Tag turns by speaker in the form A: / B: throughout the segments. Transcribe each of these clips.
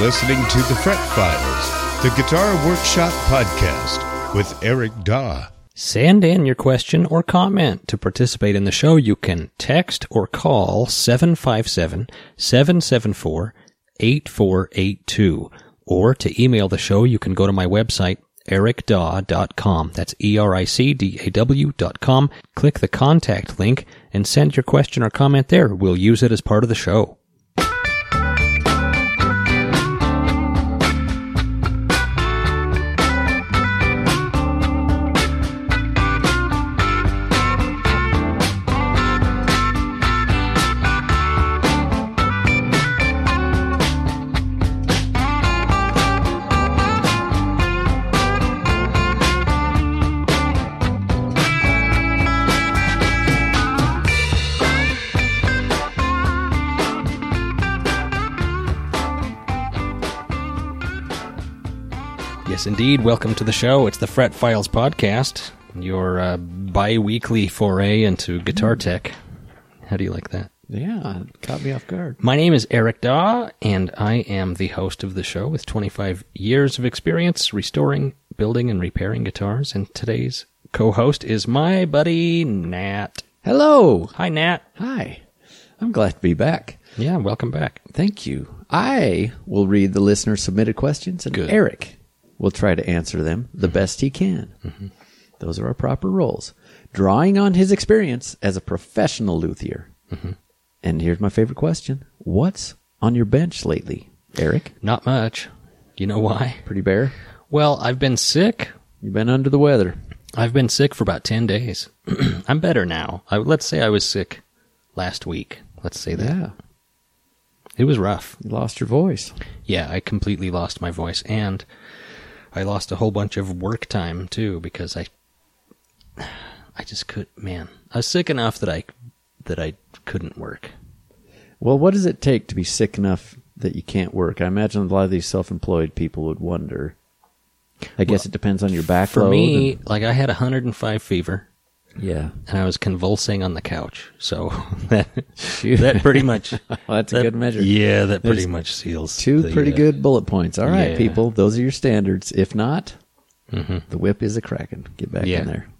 A: listening to The Fret Files, the Guitar Workshop podcast with Eric Daw.
B: Send in your question or comment. To participate in the show, you can text or call 757 774 8482. Or to email the show, you can go to my website, ericdaw.com. That's E R I C D A W dot com. Click the contact link and send your question or comment there. We'll use it as part of the show. Yes, indeed. Welcome to the show. It's the Fret Files podcast, your uh, bi weekly foray into guitar tech. How do you like that?
C: Yeah, caught me off guard.
B: My name is Eric Daw, and I am the host of the show with 25 years of experience restoring, building, and repairing guitars. And today's co host is my buddy, Nat.
C: Hello.
B: Hi, Nat.
C: Hi. I'm glad to be back.
B: Yeah, welcome back.
C: Thank you. I will read the listener submitted questions, and
B: Good.
C: Eric will try to answer them the best he can. Those are our proper roles. Drawing on his experience as a professional luthier. And here's my favorite question What's on your bench lately, Eric?
B: Not much. You know why?
C: Pretty bare.
B: Well, I've been sick.
C: You've been under the weather.
B: I've been sick for about 10 days. I'm better now. I, let's say I was sick last week. Let's say that.
C: Yeah.
B: It was rough.
C: You lost your voice.
B: Yeah, I completely lost my voice and I lost a whole bunch of work time too because I I just could man. I was sick enough that I that I couldn't work.
C: Well, what does it take to be sick enough that you can't work? I imagine a lot of these self-employed people would wonder. I guess it depends on your backload.
B: For me,
C: and-
B: like I had 105 fever
C: yeah,
B: and I was convulsing on the couch. So that that pretty much
C: well, that's
B: that-
C: a good measure.
B: Yeah, that pretty
C: There's
B: much seals
C: Two
B: the,
C: pretty
B: uh,
C: good bullet points. All right,
B: yeah. Mm-hmm.
C: people, those are your standards. If not, the whip is a cracking. Get back
B: Yeah.
C: in there.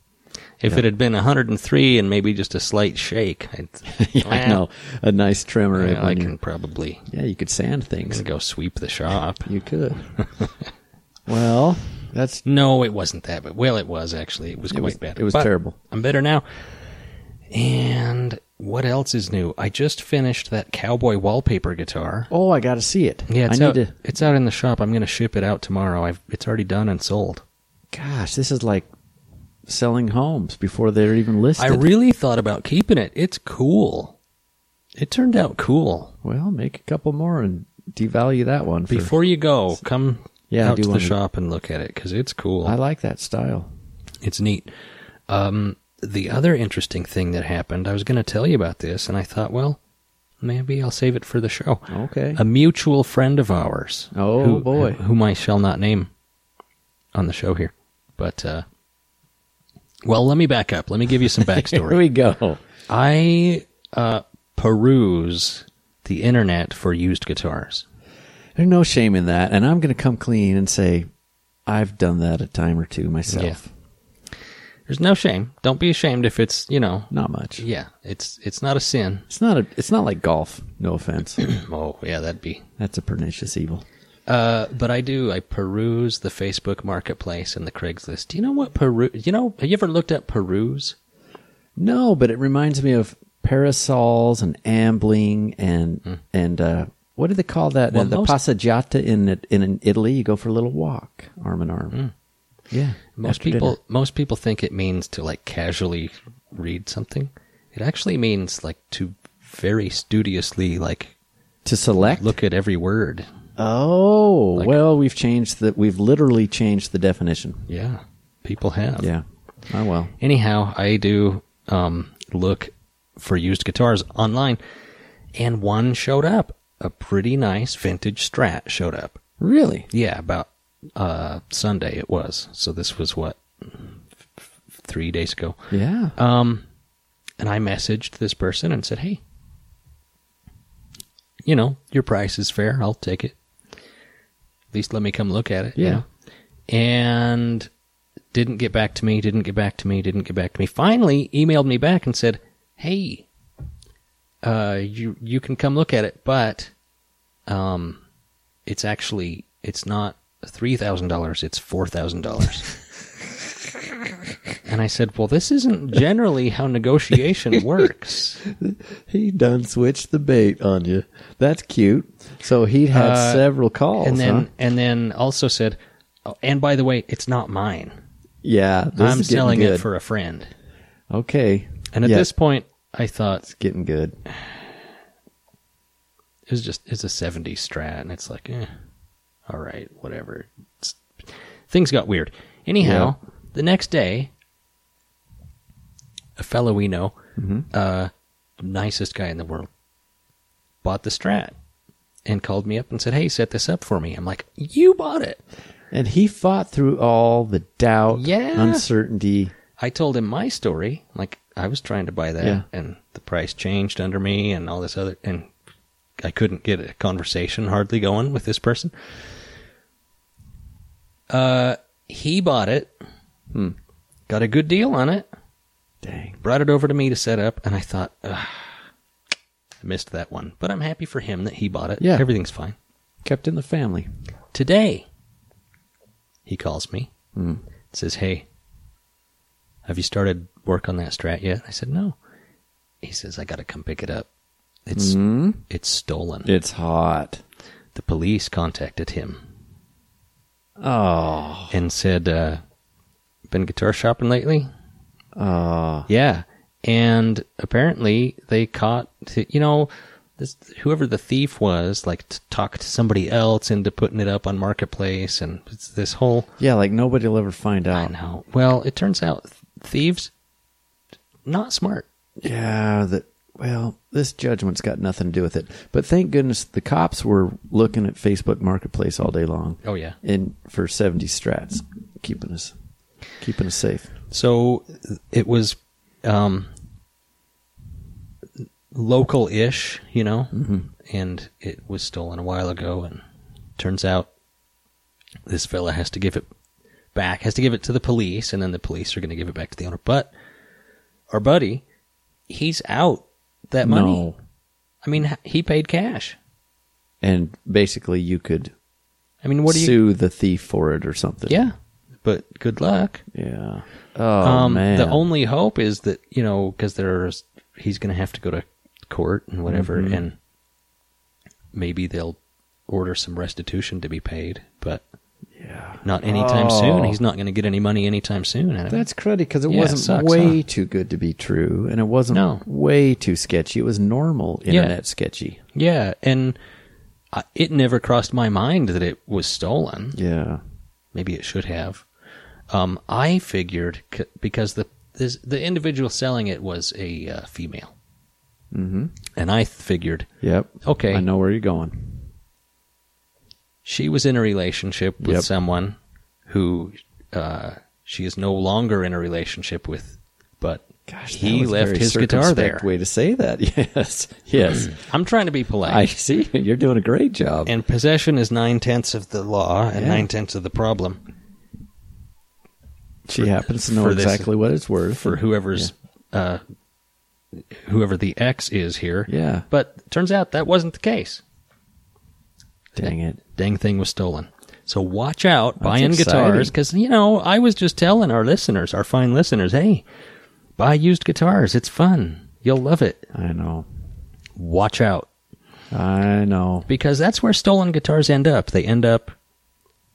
B: If it had been 103 and maybe just a slight shake, I'd,
C: yeah, I know a nice trimmer.
B: well, I
C: when
B: can
C: you're-
B: probably
C: yeah, you could sand things.
B: go sweep the shop.
C: You could. well, that's
B: No, it wasn't that, but well, it was actually. It was quite
C: was-
B: bad.
C: it was
B: But
C: terrible.
B: I'm better now. And what else is new? I just finished that cowboy wallpaper guitar.
C: oh, I got to see it.
B: Yeah, it's
C: I
B: out.
C: need to.
B: It's out in the shop. I'm going to ship it out tomorrow. I've it's already done and sold.
C: Gosh, this is like selling homes before they're even listed.
B: I really thought about keeping it. It's cool. It turned out cool.
C: Well, make a couple more and devalue that one. For,
B: Before you go, come
C: Yeah, I
B: out
C: do
B: to the
C: wanna-
B: shop and look at it because it's cool.
C: I like that style.
B: It's neat. Um, the other interesting thing that happened, I was going to tell you about this, and I thought, well, maybe I'll save it for the show.
C: Okay.
B: A mutual friend of ours.
C: Oh,
B: who-
C: boy.
B: wh- Whom I shall not name on the show here. But, uh, well, let me back up. Let me give you some
C: Here
B: backstory.
C: we go.
B: I uh, peruse the internet for used guitars.
C: There's no shame in that, and I'm going to come clean and say I've done that a time or two myself.
B: There's no shame. Don't be ashamed if it's, you know,
C: Not much.
B: yeah, it's it's not a sin.
C: It's not a. It's not like golf. No offense.
B: Oh, yeah, that'd be
C: That's a pernicious evil.
B: Uh, but I do. I peruse the Facebook Marketplace and the Craigslist. Do you know what peru? You know, have you ever looked at peruse?
C: No, but it reminds me of parasols and ambling and and uh, what do they call that?
B: Hmm.
C: Uh,
B: Well,
C: the
B: most-
C: passeggiata in in in Italy. You go for a little walk, arm in arm. Yeah.
B: Hmm. Most
C: after
B: people,
C: dinner.
B: most people think it means to like casually read something. It actually means like to very studiously like
C: to select
B: look at every word.
C: Oh,
B: Like-
C: well, we've changed the we've literally changed the definition.
B: Yeah, people have.
C: Yeah. Oh well.
B: Anyhow, I do um, look for used guitars online, and one showed up. A pretty nice vintage Strat showed up.
C: Really?
B: Yeah, about uh, Sunday it was. So this was what f- f- three days ago.
C: Yeah.
B: Um, and I messaged this person and said, "Hey, you know your price is fair. I'll take it." at least let me come look at it.
C: Yeah.
B: know? And didn't get back to me, didn't get back to me, didn't get back to me. Finally emailed me back and said, Hey, uh, you you can come look at it, but um it's actually it's not three thousand dollars, it's four thousand dollars. And I said, Well, this isn't generally how negotiation works.
C: He done switched the bait on you. That's cute. So he had
B: Uh,
C: several calls.
B: and then
C: huh?
B: and then also said, oh, and by the way, it's not mine.
C: yeah, this
B: I'm
C: is getting
B: selling
C: good.
B: it for a friend.
C: okay.
B: And at
C: Yeah,
B: this point, I thought
C: it's getting good.
B: it was just it's a '70s Strat, and it's like, eh, all right, whatever. It's, things got weird. Anyhow, the next day, a fellow we know, uh, nicest guy in the world, bought the Strat and called me up and said, "Hey, set this up for me." I'm like, "You bought it."
C: And he fought through all the doubt,
B: Yeah.
C: uncertainty.
B: I told him my story, like I was trying to buy that,
C: Yeah.
B: and the price changed under me, and all this other, and I couldn't get a conversation hardly going with this person. Uh, he bought it,
C: Hmm.
B: got a good deal on it,
C: Dang.
B: brought it over to me to set up, and I thought, Ugh, I missed that one, but I'm happy for him that he bought it.
C: Yeah.
B: everything's fine.
C: Kept in the family.
B: Today, he calls me,
C: Hmm.
B: says, Hey, have you started work on that strat yet? I said, No. He says, I got to come pick it up. It's, it's stolen.
C: It's hot.
B: the police contacted him
C: Oh.
B: and said, uh, Been guitar shopping lately?
C: Oh.
B: Yeah. And apparently they caught, th- you know, this, whoever the thief was, like, t- talked somebody else into putting it up on Marketplace and it's this whole.
C: Yeah, like nobody will ever find
B: I
C: out.
B: know. Well, it turns out th- thieves not smart.
C: Yeah, that well, this judgment's got nothing to do with it. But thank goodness the cops were looking at Facebook Marketplace all day long.
B: Oh, yeah.
C: And for 70 strats, keeping us keeping us safe.
B: So it was um, local-ish, you know, and it was stolen a while ago. And turns out this fella has to give it back, has to give it to the police, and then the police are going to give it back to the owner. But our buddy, he's out that money.
C: No.
B: I mean, h- he paid cash.
C: And basically you could
B: I mean, what do you?
C: sue the thief for it or something.
B: Yeah, but good luck.
C: Yeah. Oh
B: um,
C: man.
B: The only hope is that you know because there's he's going to have to go to court and whatever,
C: Mm-hmm.
B: and maybe they'll order some restitution to be paid, but
C: yeah.
B: not anytime
C: Oh.
B: soon. He's not going to get any money anytime soon. out of it.
C: That's cruddy because it
B: Yeah, it
C: wasn't
B: sucks,
C: way
B: huh?
C: too good to be true, and it wasn't
B: No.
C: way too sketchy. It was normal
B: Yeah.
C: internet sketchy.
B: yeah, and I, it never crossed my mind that it was stolen.
C: Yeah,
B: Maybe it should have. Um, I figured c- because the this, the individual selling it was a uh, female, mm-hmm. and I figured
C: yep.
B: Okay.
C: I know where you're going.
B: she was in a relationship with
C: Yep.
B: someone who uh, she is no longer in a relationship with, but
C: Gosh, that
B: he
C: was a
B: left
C: very
B: his guitar there.
C: circumspect Way to say that. Yes, yes.
B: I'm trying to be polite.
C: I see. You're doing a great job.
B: and possession is nine tenths of the law and
C: Yeah.
B: nine tenths of the problem
C: she happens to know
B: for this-
C: exactly what it's worth.
B: for whoever's uh, whoever the ex is here.
C: Yeah.
B: But turns out that wasn't the case.
C: Dang it.
B: Dang thing was stolen. So watch out buying
C: exciting.
B: guitars because you know I was just telling our listeners, our fine listeners, hey, buy used guitars. It's fun. You'll love it.
C: I know.
B: watch out
C: I know.
B: because that's where stolen guitars end up. They end up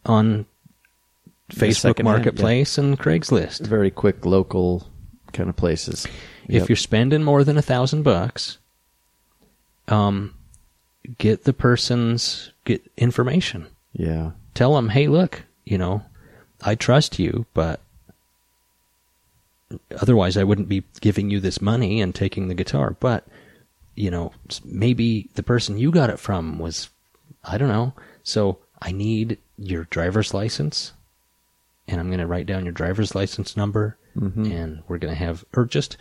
B: on Facebook
C: secondhand,
B: Marketplace and Craigslist.
C: Very quick local kind of places.
B: If you're spending more than a thousand bucks, um, get the person's get information.
C: Yeah.
B: Tell them, hey, look, you know, I trust you, but otherwise I wouldn't be giving you this money and taking the guitar. But you know, s- maybe the person you got it from was, I don't know. So I need your driver's license, and I'm going to write down your driver's license number, and we're going to have, or just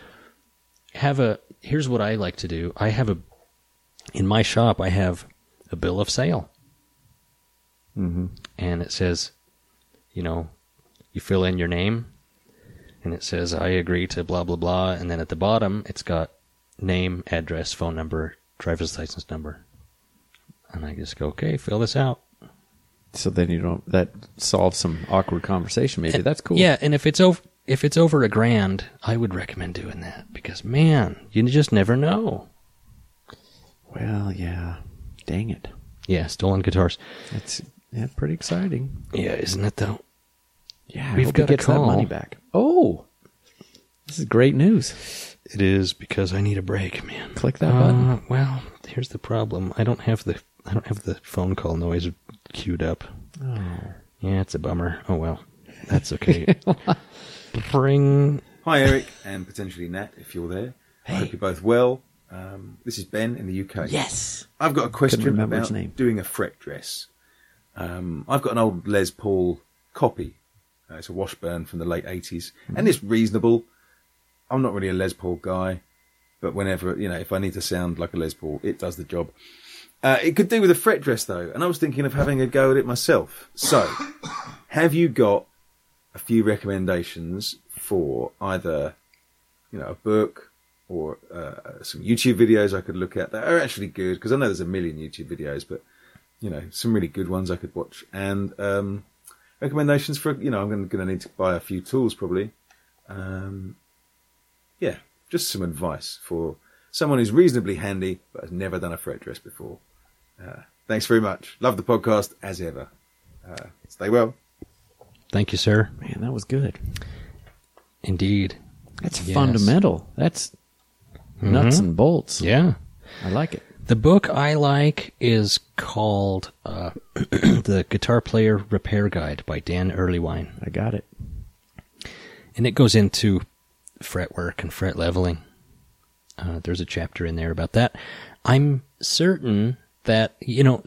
B: have a. Here's what I like to do. I have a, in my shop, I have a bill of sale.
C: Mm-hmm.
B: and it says, you know, you fill in your name, and it says, I agree to blah, blah, blah. And then at the bottom, it's got name, address, phone number, driver's license number. And I just go, okay, fill this out.
C: So then you don't. That solves some awkward conversation. Maybe that's cool.
B: Eh, Yeah, and if it's over if it's over a grand, I would recommend doing that because man, you just never know.
C: Well, yeah. Dang it.
B: Yeah, stolen guitars.
C: That's yeah, pretty exciting.
B: Yeah, isn't it though?
C: Yeah, I
B: We've
C: hope
B: got a
C: he gets that
B: call.
C: money back. Oh, this is great news.
B: It is because I need a break, man.
C: Click that
B: Uh,
C: button.
B: Well, here's the problem. I don't have the I don't have the phone call noise queued up.
C: Oh.
B: Yeah, it's a bummer. Oh well, that's okay. Bring
D: Hi, Eric, and potentially Nat, if you're there. I hope you're both well. Um, this is Ben in the UK.
C: Yes.
D: I've got a question
C: remember
D: about
C: his name.
D: doing a fret dress. Um, I've got an old Les Paul copy. Uh, it's a Washburn from the late 80s,
C: Mm-hmm.
D: and it's reasonable. I'm not really a Les Paul guy, but whenever, you know, if I need to sound like a Les Paul, it does the job. Uh, it could do with a fret dress, though, and I was thinking of having a go at it myself. So, have you got a few recommendations for either you know, a book or uh, some YouTube videos I could look at that are actually good because I know there's a million YouTube videos, but you know, some really good ones I could watch and um, recommendations for you know, I'm going to need to buy a few tools probably. Um, yeah, just some advice for someone who's reasonably handy but has never done a fret dress before. Uh, thanks very much. Love the podcast as ever. Uh, stay well.
B: Thank you, sir.
C: Man, that was good.
B: Indeed.
C: That's
B: Yes.
C: fundamental. That's nuts and bolts.
B: Yeah.
C: I like it.
B: The book I like is called uh, The Guitar Player Repair Guide by Dan Earlywine.
C: I got it.
B: and it goes into fretwork and fret leveling. Uh, there's a chapter in there about that. I'm certain that you know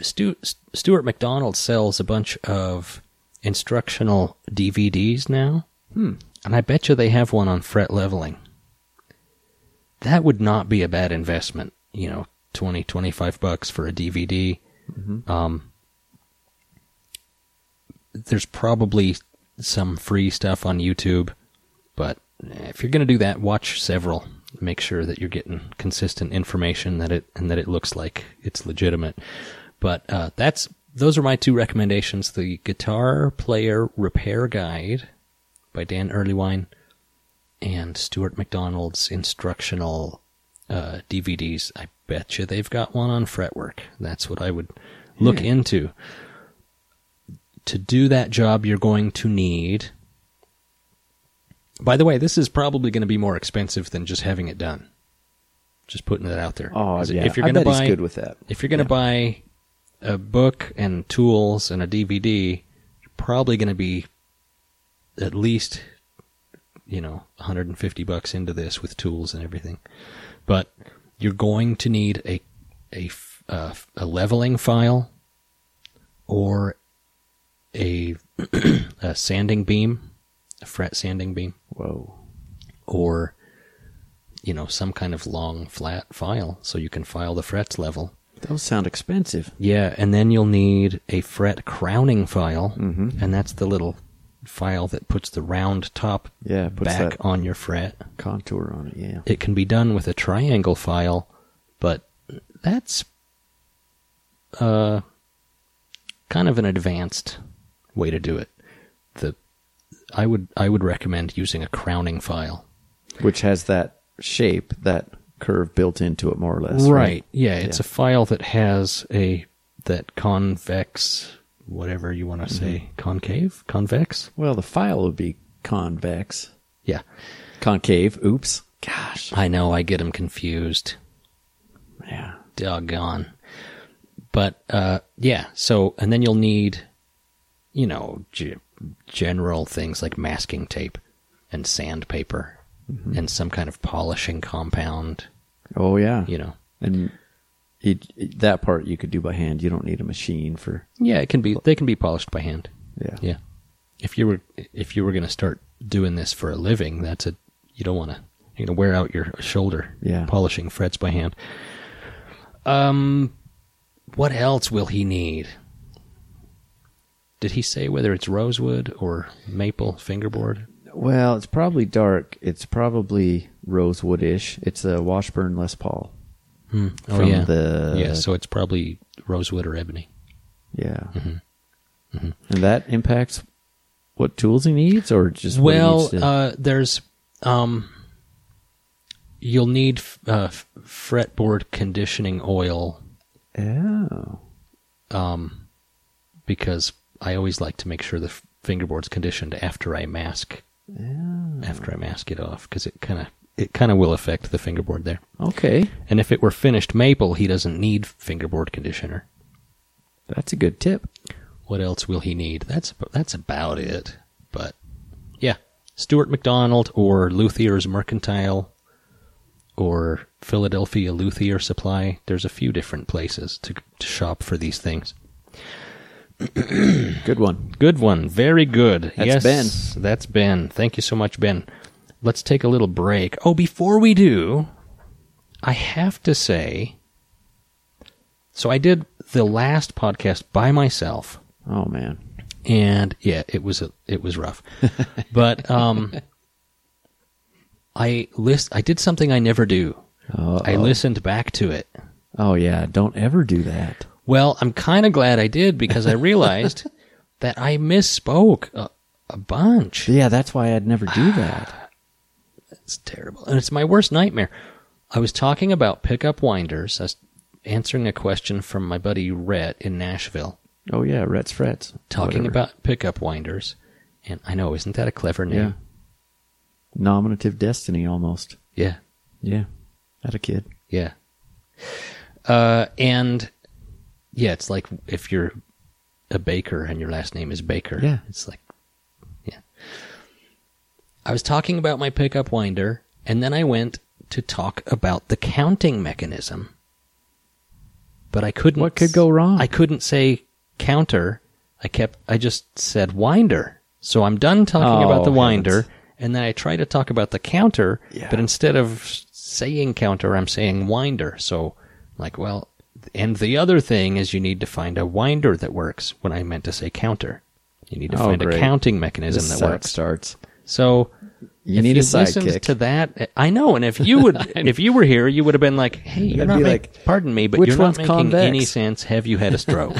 B: Stu- Stuart McDonald sells a bunch of instructional DVDs now, and I bet you they have one on fret leveling. That would not be a bad investment, you know, 20, 25 bucks for a DVD. Um, there's probably some free stuff on YouTube, but if you're going to do that, watch several. Make sure that you're getting consistent information that it and that it looks like it's legitimate. But uh, that's those are my two recommendations: the Guitar Player Repair Guide by Dan Earlywine and Stuart McDonald's instructional uh, DVDs. I bet you they've got one on fretwork. That's what I would look into to do that job, you're going to need. By the way, this is probably going to be more expensive than just having it done. Just putting that out there.
C: Oh,
B: 'Cause
C: yeah.
B: If you're
C: I
B: going to
C: bet he's
B: buy,
C: good with that.
B: if you're going to buy a book and tools and a DVD, you're probably going to be at least, you know, 150 bucks into this with tools and everything. But you're going to need a a f- uh, f- a leveling file or a, a sanding beam, a fret sanding beam,
C: Whoa.
B: or you know some kind of long flat file so you can file the frets level.
C: Those sound expensive.
B: Yeah, and then you'll need a fret crowning file,
C: Mm-hmm.
B: and that's the little file that puts the round top
C: Yeah, puts
B: back
C: that-
B: on your fret.
C: Contour on it. Yeah.
B: It can be done with a triangle file, but that's uh, kind of an advanced way to do it. The I would I would recommend using a crowning file.
C: Which has that shape, that curve built into it, more or less.
B: Yeah, it's a file that has a that convex whatever you
C: Mm-hmm.
B: want to say concave convex.
C: Well, the file would be convex,
B: Yeah,
C: concave. Oops. Gosh.
B: I know I get them confused.
C: Yeah.
B: doggone. But uh, yeah, so and then you'll need, you know, g- general things like masking tape and sandpaper and some kind of polishing compound.
C: Oh yeah.
B: You know,
C: And it, it- that part you could do by hand. You don't need a machine for.
B: yeah, it can be. They can be polished by hand.
C: Yeah.
B: Yeah, if you were if you were going to start doing this for a living, that's a you don't want to you know wear out your shoulder.
C: Yeah.
B: polishing frets by hand. Um, what else will he need? Did he say whether it's rosewood or maple fingerboard?
C: Well, it's probably dark. It's probably rosewood-ish. It's a Washburn Les Paul.
B: Hmm. Oh
C: From
B: yeah,
C: the-
B: yeah. So it's probably rosewood or ebony.
C: Yeah.
B: Mm-hmm.
C: And that impacts what tools he needs, or just what he
B: well,
C: needs to-
B: uh, there's um, you'll need f- uh, f- fretboard conditioning oil
C: oh,
B: um, because I always like to make sure the f- fingerboard's conditioned after I mask
C: yeah.
B: after I mask it off because it kind of it kind of will affect the fingerboard there.
C: Okay,
B: And if it were finished maple, he doesn't need fingerboard conditioner.
C: that's a good tip.
B: What else will he need? That's ab- that's about it. But yeah, Stuart McDonald or Luthier's Mercantile or Philadelphia Luthier Supply. There's a few different places to, to shop for these things.
C: Good one.
B: Good one. Very good.
C: That's
B: yes, Ben. That's Ben. Thank you so much, Ben. Let's take a little break. Oh, before we do, I have to say so I did the last podcast by myself
C: Oh man,
B: and yeah, it was a, it was rough. but um I list I did something I never do. I listened back to it.
C: Uh, oh yeah, don't ever do that.
B: Well, I'm kind of glad I did because I realized that I misspoke a, a bunch.
C: Yeah, that's why I'd never do that.
B: It's terrible. And it's my worst nightmare. I was talking about pickup winders. I was answering a question from my buddy Rhett in Nashville,
C: Oh yeah, Rhett's frets.
B: talking
C: Whatever.
B: about pickup winders. And I know, isn't that a clever
C: yeah,
B: name?
C: nominative destiny almost.
B: Yeah.
C: Yeah, had a kid.
B: Yeah. Uh, and yeah, it's like if you're a baker and your last name is Baker.
C: Yeah.
B: It's like, yeah. I was talking about my pickup winder, and then I went to talk about the counting mechanism. But I couldn't.
C: What could go wrong?
B: I couldn't say counter. I kept. I just said winder. So I'm done talking
C: Oh,
B: about the
C: heavens.
B: winder, and then I try to talk about the counter,
C: Yeah.
B: but instead of saying counter, I'm saying winder. So, like, well, and the other thing is you need to find a winder that works when I meant to say counter. You need to
C: Oh,
B: find a
C: great.
B: counting mechanism
C: This
B: that
C: how it
B: works.
C: starts.
B: So,
C: You
B: if
C: need
B: you
C: a
B: listened
C: sidekick.
B: to that. I know, and if you would, if you were here, you would have been like, "Hey, you're
C: I'd
B: not
C: be
B: making.
C: like,
B: pardon me, but
C: "Which
B: you're not
C: one's
B: making
C: convex?"
B: any sense. Have you had a stroke?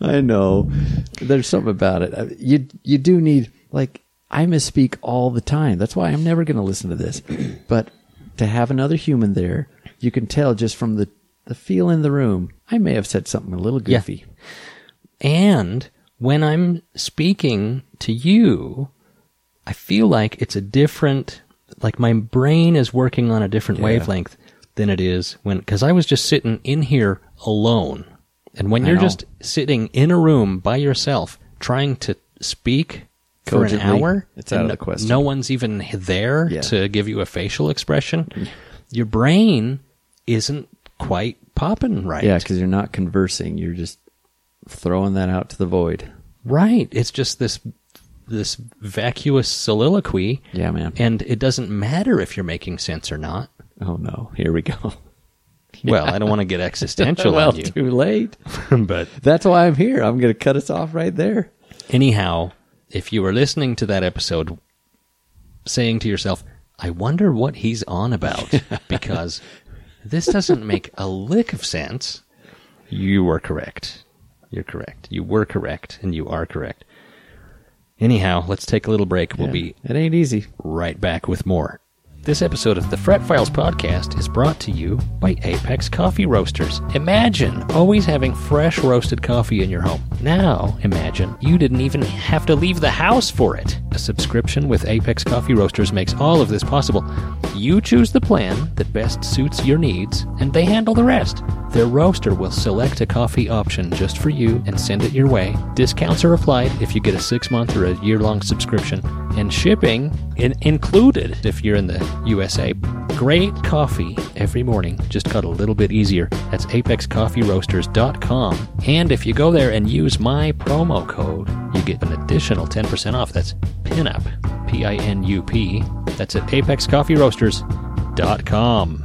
C: I know. There's something about it. I- You you do need like I misspeak all the time. That's why I'm never going to listen to this. But to have another human there, you can tell just from the the feel in the room. I may have said something a little
B: Yeah.
C: goofy.
B: And when I'm speaking to you, I feel like it's a different, like my brain is working on a different wavelength than it is when, because I was just sitting in here alone. And when
C: I
B: you're
C: know.
B: just sitting in a room by yourself trying to speak for an
C: Cogently,
B: hour,
C: it's out
B: and
C: of the question.
B: No one's even there
C: Yeah. Mm.
B: to give you a facial expression. Your brain isn't quite popping right.
C: Yeah, because you're not conversing. You're just throwing that out to the void.
B: Right. It's just this this vacuous soliloquy.
C: Yeah, man.
B: And it doesn't matter if you're making sense or not.
C: Oh no, here we go.
B: Well, I don't want to get existential
C: well,
B: on you.
C: too late.
B: but
C: That's why I'm here. I'm going to cut us off right there.
B: anyhow, if you were listening to that episode saying to yourself, I wonder what he's on about because this doesn't make a lick of sense, you were correct. You're correct. You were correct and you are correct. Anyhow, let's take a little break. We'll be
C: It ain't easy.
B: right back with more. This episode of the Fret Files podcast is brought to you by Apex Coffee Roasters. Imagine always having fresh roasted coffee in your home. Now, imagine you didn't even have to leave the house for it. A subscription with Apex Coffee Roasters makes all of this possible. You choose the plan that best suits your needs, and they handle the rest. Their roaster will select a coffee option just for you and send it your way. Discounts are applied if you get a six month or a year long subscription, and shipping in- included if you're in the USA. Great coffee every morning, just got a little bit easier. That's apexcoffeeroasters.com. And if you go there and use my promo code, you get an additional 10% off. That's PINUP, P I N U P. That's at apexcoffeeroasters.com.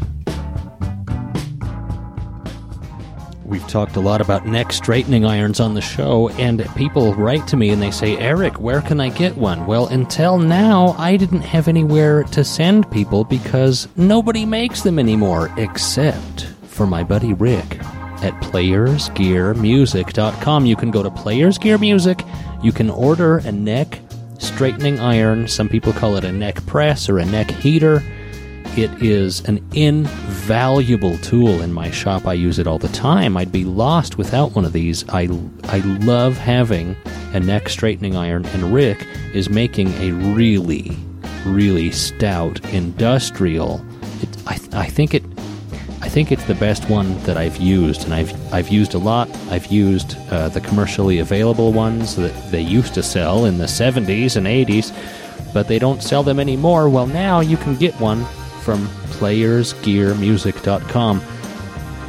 B: We've talked a lot about neck straightening irons on the show, and people write to me and they say, Eric, where can I get one? Well, until now, I didn't have anywhere to send people because nobody makes them anymore, except for my buddy Rick at playersgearmusic.com. You can go to Players Gear Music, you can order a neck straightening iron. Some people call it a neck press or a neck heater. It is an invaluable tool in my shop. I use it all the time. I'd be lost without one of these. I, I love having a neck straightening iron, and Rick is making a really, really stout industrial. It, I, I think it. I think it's the best one that I've used, and I've I've used a lot. I've used uh, the commercially available ones that they used to sell in the 70s and 80s, but they don't sell them anymore. Well, now you can get one from playersgearmusic.com.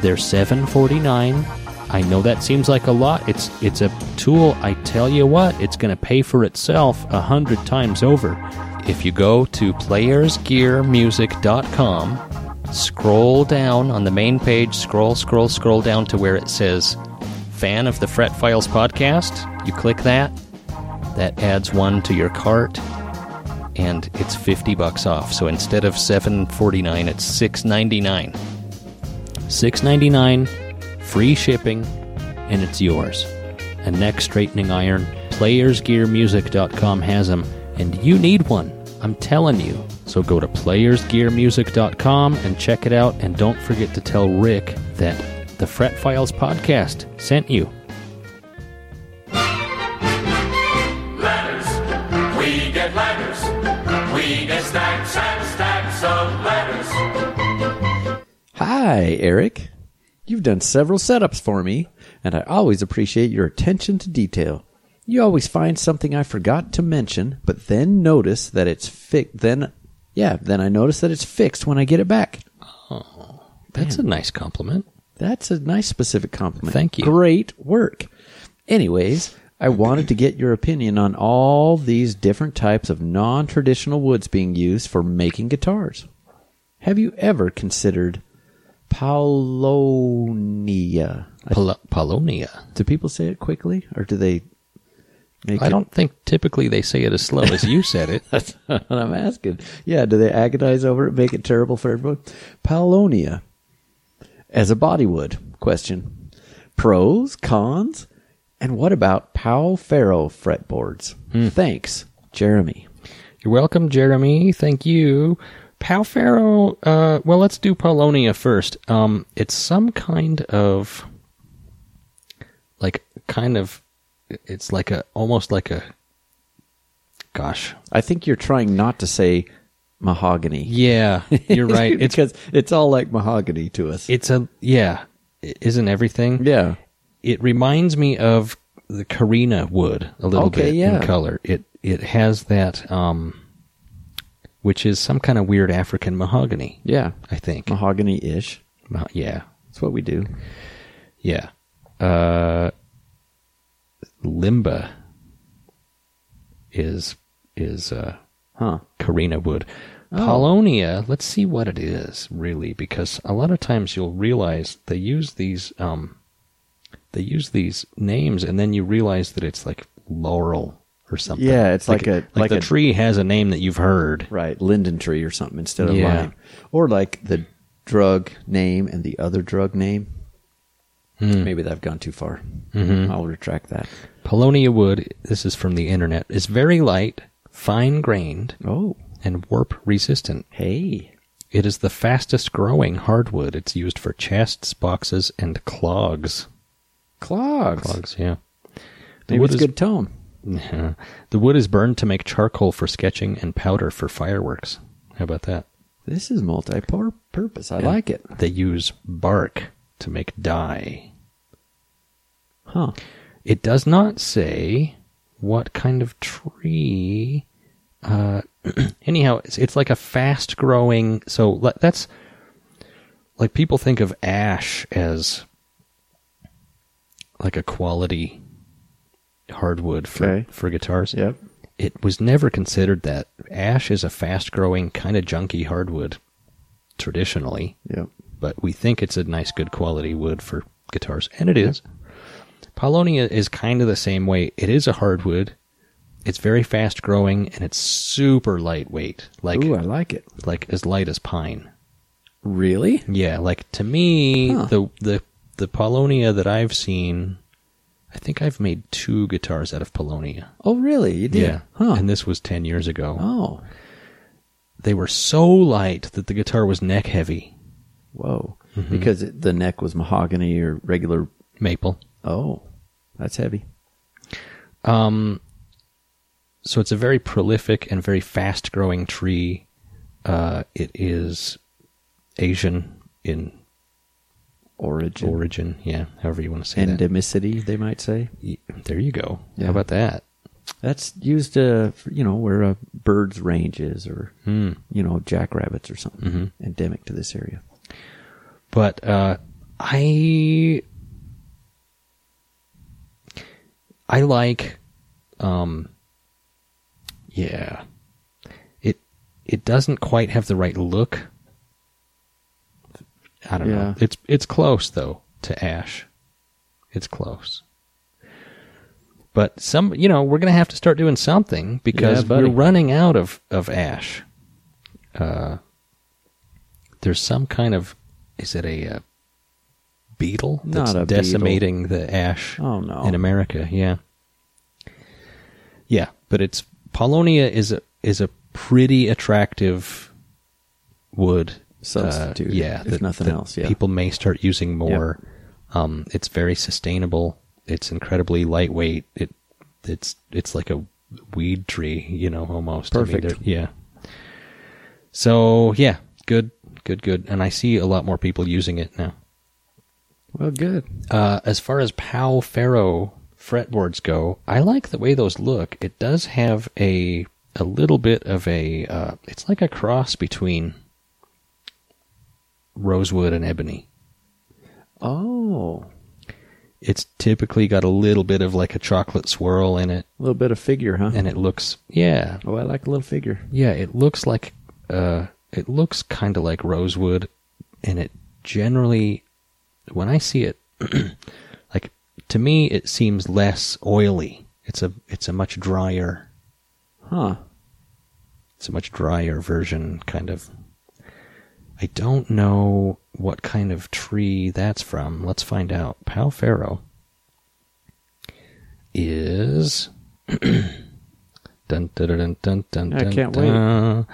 B: They're 749. I know that seems like a lot. It's it's a tool. I tell you what, it's going to pay for itself a hundred times over. If you go to playersgearmusic.com, scroll down on the main page, scroll, scroll, scroll down to where it says "Fan of the Fret Files podcast." You click that. That adds one to your cart and it's 50 bucks off. So instead of 7.49, it's 6.99. 6.99, free shipping, and it's yours. A neck straightening iron. PlayersGearMusic.com has them, and you need one. I'm telling you. So go to PlayersGearMusic.com and check it out, and don't forget to tell Rick that the Fret Files podcast sent you.
E: Ladders, we get ladders. We get stacks and stacks of ladders.
C: Hi, Eric. You've done several setups for me, and I always appreciate your attention to detail. You always find something I forgot to mention, but then notice that it's fi- then yeah, then I notice that it's fixed when I get it back.
B: That's a nice compliment.
C: That's a nice specific compliment.
B: Thank you.
C: Great work. Anyways, I wanted to get your opinion on all these different types of non traditional woods being used for making guitars. Have you ever considered Paulonia?
B: Pol- Polonia.
C: Do people say it quickly or do they make
B: I
C: it?
B: don't think typically they say it as slow as you said it.
C: That's what I'm asking. Yeah, do they agonize over it, make it terrible for everyone? Palonia as a body wood question. Pros, cons, and what about Powell Ferro fretboards?
B: Hmm.
C: Thanks, Jeremy.
B: You're welcome, Jeremy. Thank you. Palfaro, uh, well, let's do Polonia first. Um, it's some kind of, like, kind of, it's like a, almost like a, gosh.
C: I think you're trying not to say mahogany.
B: Yeah, you're right. It's,
C: because it's all like mahogany to us.
B: it's a, yeah, I- isn't everything?
C: yeah.
B: It reminds me of the Carina wood a little
C: Okay,
B: bit
C: yeah.
B: in color. It, it has that, um, which is some kind of weird African mahogany,
C: Yeah.
B: I think.
C: Mahogany ish.
B: Well, yeah,
C: That's what we do.
B: yeah. Uh, Limba is is uh,
C: Huh. Oh.
B: Karina wood. Polonia. Let's see what it is really, because a lot of times you'll realize they use these um, they use these names, and then you realize that it's like laurel or something.
C: Yeah, it's like a-
B: like,
C: like
B: the
C: a-
B: tree has a name that you've heard.
C: Right, linden tree or something instead of
B: Yeah.
C: lime. Or like the drug name and the other drug name. Maybe that have gone too far. I'll retract that.
B: Polonia wood. This is from the internet. Is very light, fine grained,
C: Oh,
B: and warp resistant.
C: hey.
B: It is the fastest growing hardwood. It's used for chests, boxes, and clogs.
C: Clogs.
B: Clogs, yeah. The
C: Maybe
B: wood,
C: it's
B: is,
C: good tone.
B: the wood is burned to make charcoal for sketching and powder for fireworks. How about that?
C: This is multi purpose. I like it.
B: They use bark to make dye.
C: Huh.
B: It does not say what kind of tree. Uh, anyhow, it's, it's like a fast growing. So le- that's like people think of ash as like a quality hardwood for,
C: Okay.
B: for guitars. It was never considered that. Ash is a fast growing, kind of junky hardwood traditionally,
C: Yep.
B: but we think it's a nice, good quality wood for guitars, and it is. Paulonia is kind of the same way. It is a hardwood. It's very fast growing and it's super lightweight, like
C: Ooh, I like it.
B: like as light as pine.
C: Really?
B: Yeah, like to me,
C: Huh.
B: the the the Polonia that I've seen, I think I've made two guitars out of Polonia.
C: Oh, really? You did? Huh.
B: and this was ten years ago.
C: oh,
B: They were so light that the guitar was neck heavy,
C: whoa. Because it, the neck was mahogany or regular.
B: maple.
C: Oh, that's heavy.
B: Um, so it's a very prolific and very fast growing tree. Uh, it is Asian in
C: Origin.
B: origin, yeah, however you want to say that.
C: Endemicity, they might say.
B: Y- There you go.
C: Yeah.
B: How about that?
C: That's used, uh, for, you know, where a bird's range is or,
B: Hmm.
C: you know, jackrabbits or something
B: Mm-hmm.
C: endemic to this area.
B: but uh, I I like um yeah it it doesn't quite have the right look I don't
C: Yeah.
B: know it's it's close though to ash it's close but some you know we're gonna have to start doing something because
C: Yeah, buddy.
B: we're running out of of ash there's some kind of is it a, uh beetle that's
C: Not a beetle.
B: decimating the ash
C: Oh, no.
B: in America yeah yeah but it's Polonia is a is a pretty attractive wood uh,
C: Substitute,
B: yeah
C: if nothing else, yeah.
B: people may start using more um, it's very sustainable it's incredibly lightweight it it's it's like a weed tree you know almost I mean,
C: Perfect.
B: they're- yeah so yeah, good, good, good. And I see a lot more people using it now.
C: Well, good.
B: Uh, as far as Pal Ferro fretboards go, I like the way those look. It does have a a little bit of a uh, it's like a cross between rosewood and ebony.
C: Oh,
B: It's typically got a little bit of like a chocolate swirl in it,
C: a little bit of figure, huh?
B: and it looks yeah,
C: oh, I like a little figure.
B: Yeah, it looks like uh it looks kind of like rosewood and it generally when I see it like to me it seems less oily. It's a it's a much drier
C: Huh.
B: it's a much drier version kind of I don't know what kind of tree that's from. Let's find out. Pal Pharaoh is dun dun dun dun dun dun.
C: I
B: dun,
C: can't wait.
B: dun.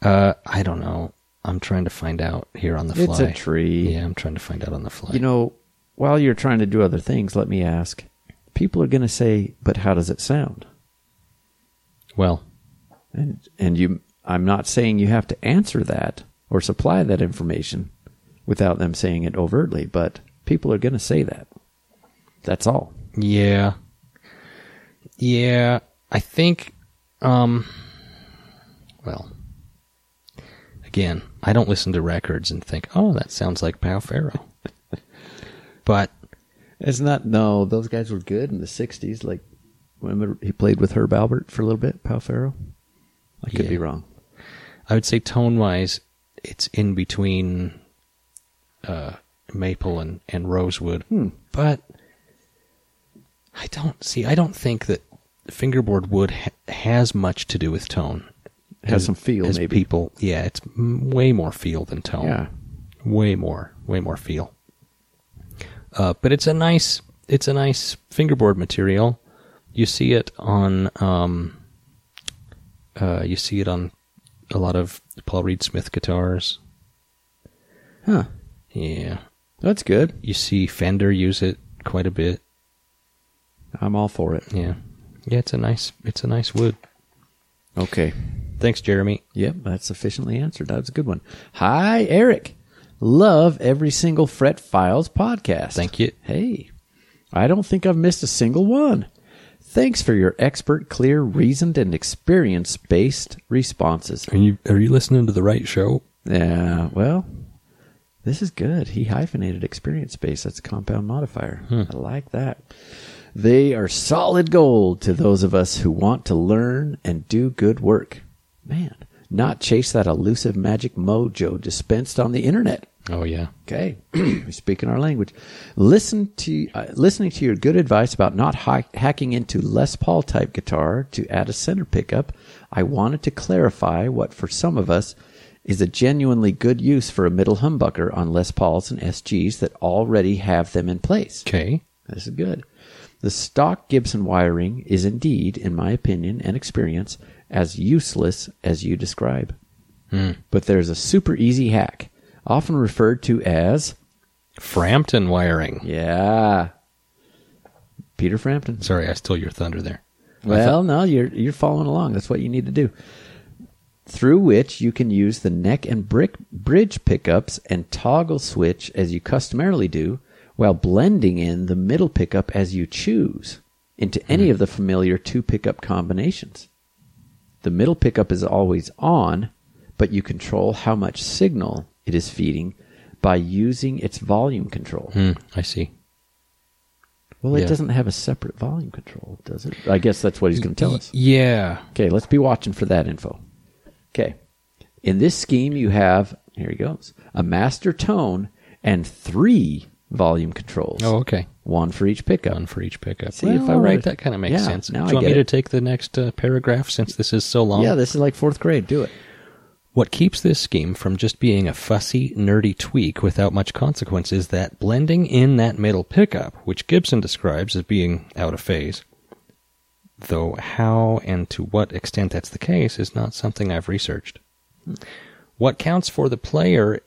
B: Uh, I don't know. I'm trying to find out here on the
C: It's
B: fly.
C: a tree.
B: Yeah, I'm trying to find out on the fly.
C: You know, while you're trying to do other things, let me ask. People are going to say, "But how does it sound?"
B: well,
C: And and you I'm not saying you have to answer that or supply that information without them saying it overtly, but people are going to say that. That's all.
B: Yeah. Yeah, I think um well again, I don't listen to records and think, "Oh, that sounds like Pal Pharaoh." but
C: It's not no, those guys were good in the 60s like when he played with Herb Albert for a little bit, Pal Farrow. I could be
B: Yeah.
C: wrong.
B: I would say tone-wise, it's in between uh maple and and rosewood. But I don't see I don't think that fingerboard wood ha- has much to do with tone.
C: Has
B: as-
C: some feel
B: as
C: maybe.
B: people yeah it's m- way more feel than tone
C: Yeah.
B: way more way more feel uh, but it's a nice it's a nice fingerboard material you see it on um, uh, you see it on a lot of paul reed smith guitars
C: Huh.
B: yeah
C: That's good.
B: you see fender use it quite a bit
C: I'm all for it.
B: yeah yeah it's a nice it's a nice wood
C: Okay.
B: thanks jeremy
C: Yep, that's sufficiently answered. That was a good one. Hi, Eric. Love every single Fret Files podcast.
B: Thank you.
C: Hey, I don't think I've missed a single one. Thanks for your expert, clear, reasoned, and experience based responses.
B: are you are you listening to the right show
C: Yeah, well, this is good. He hyphenated experience base. That's a compound modifier. I like that. They are solid gold to those of us who want to learn and do good work. Man, not chase that elusive magic mojo dispensed on the internet.
B: Oh yeah.
C: Okay, you're speaking our language. Listen to uh, listening to your good advice about not hack- hacking into Les Paul type guitar to add a center pickup. I wanted to clarify what for some of us is a genuinely good use for a middle humbucker on Les Pauls and SGs that already have them in place.
B: Okay.
C: This is good. The stock Gibson wiring is indeed, in my opinion and experience, as useless as you describe. But there's a super easy hack, often referred to as
B: Frampton wiring.
C: yeah, Peter Frampton.
B: Sorry, I stole your thunder there.
C: Well, no, you're you're following along. That's what you need to do. Through which you can use the neck and brick bridge pickups and toggle switch as you customarily do, while blending in the middle pickup as you choose into any of the familiar two pickup combinations. The middle pickup is always on, but you control how much signal it is feeding by using its volume control.
B: Hmm, I see.
C: Well, it
B: Yeah.
C: doesn't have a separate volume control, does it? I guess that's what he's going to tell us.
B: Yeah.
C: Okay, let's be watching for that info. Okay. In this scheme, you have, here he goes, a master tone and three volume controls.
B: Oh, okay.
C: One for each pickup.
B: One for each pickup. uh,
C: See, if I were-
B: right, that kind of makes
C: Yeah,
B: sense.
C: now
B: Do
C: I
B: you want
C: get
B: me to
C: it.
B: take the next uh, paragraph since this is so long?
C: Yeah, this is like fourth grade. Do it.
B: What keeps this scheme from just being a fussy, nerdy tweak without much consequence is that blending in that middle pickup, which Gibson describes as being out of phase, though how and to what extent that's the case is not something I've researched. What counts for the player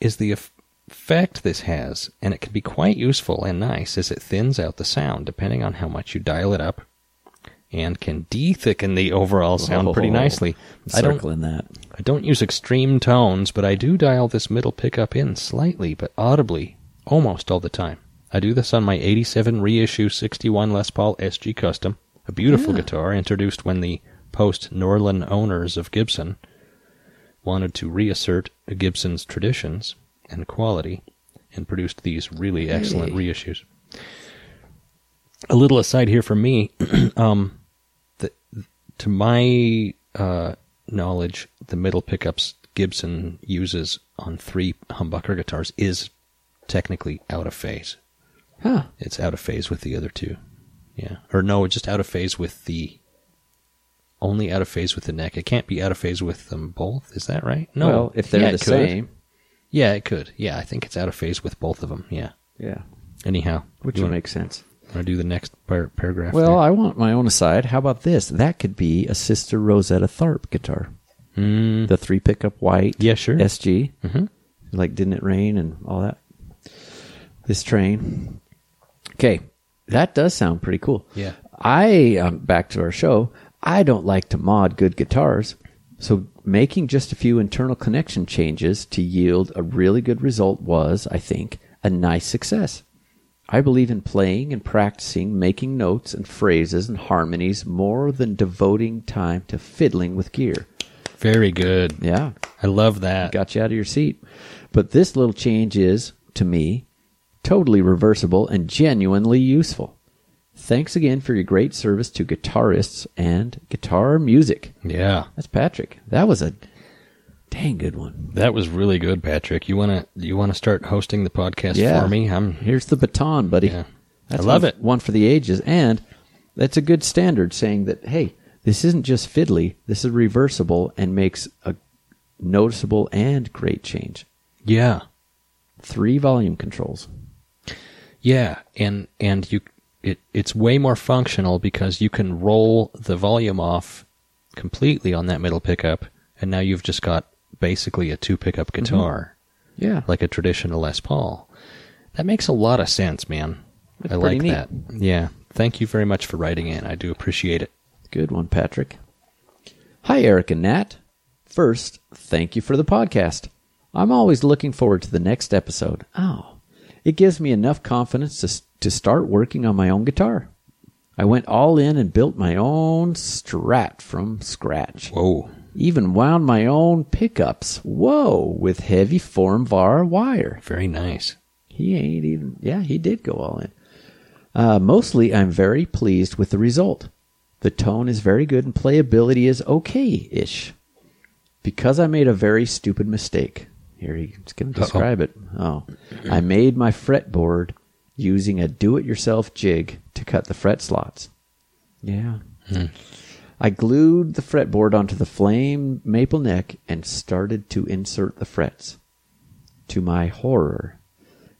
B: is the eff- effect this has, and it can be quite useful and nice as it thins out the sound depending on how much you dial it up and can de-thicken the overall sound pretty
C: Oh,
B: nicely. I don't
C: Circling that.
B: I don't use extreme tones, but I do dial this middle pickup in slightly, but audibly, almost all the time. I do this on my 87 reissue 61 Les Paul SG Custom, a beautiful guitar introduced when the post Norlin owners of Gibson wanted to reassert Gibson's traditions and quality and produced these really excellent reissues. A little aside here from me, um, the, to my uh, knowledge, the middle pickups Gibson uses on three humbucker guitars is technically out of phase.
C: Huh.
B: It's out of phase with the other two. Yeah. Or no, just out of phase with the. Only out of phase with the neck. It can't be out of phase with them both. Is that right? No.
C: Well, if they're
B: Yeah,
C: the
B: it could.
C: same.
B: Yeah, it could. Yeah, I think it's out of phase with both of them. Yeah.
C: Yeah.
B: Anyhow,
C: Which
B: you
C: would
B: wanna-
C: make sense.
B: wanna do the next par- paragraph?
C: Well,
B: there?
C: I want my own aside. How about this? That could be a sister Rosetta Tharp guitar.
B: Mm,
C: The three pickup white.
B: Yeah, sure.
C: SG.
B: mhm.
C: like didn't it rain and all that this train okay that does sound pretty cool
B: Yeah.
C: i um, back to our show i don't like to mod good guitars so making just a few internal connection changes to yield a really good result was i think a nice success I believe in playing and practicing, making notes and phrases and harmonies more than devoting time to fiddling with gear.
B: Very good.
C: Yeah
B: I love that.
C: got you out of your seat. But this little change is, to me, totally reversible and genuinely useful. Thanks again for your great service to guitarists and guitar music.
B: yeah.
C: That's Patrick. That was a dang good one.
B: That was really good, Patrick. You wanna you wanna start hosting the podcast for me? I'm
C: Here's the baton, buddy.
B: Yeah. I love
C: one,
B: it.
C: One for the ages, and that's a good standard saying that hey, this isn't just fiddly. This is reversible and makes a noticeable and great change.
B: yeah.
C: Three volume controls.
B: Yeah, and and you it it's way more functional because you can roll the volume off completely on that middle pickup and now you've just got basically a two pickup
C: Mm-hmm.
B: guitar
C: Yeah,
B: like a traditional Les Paul. That makes a lot of sense, man.
C: That's
B: I
C: pretty
B: like
C: neat.
B: that. Yeah. Thank you very much for writing in. I do appreciate it.
C: Good one, Patrick. Hi, Eric and Nat. First, thank you for the podcast. I'm always looking forward to the next episode. Oh, it gives me enough confidence to, to start working on my own guitar. I went all in and built my own strat from scratch.
B: Whoa.
C: Even wound my own pickups. Whoa, with heavy form var wire.
B: Very nice.
C: He ain't even. Yeah, he did go all in. Uh, mostly, I'm very pleased with the result. The tone is very good and playability is okay ish. Because I made a very stupid mistake. Here he's going to describe it. Oh, I made my fretboard using a do-it-yourself jig to cut the fret slots. Yeah. I glued the fretboard onto the flame maple neck and started to insert the frets. To my horror,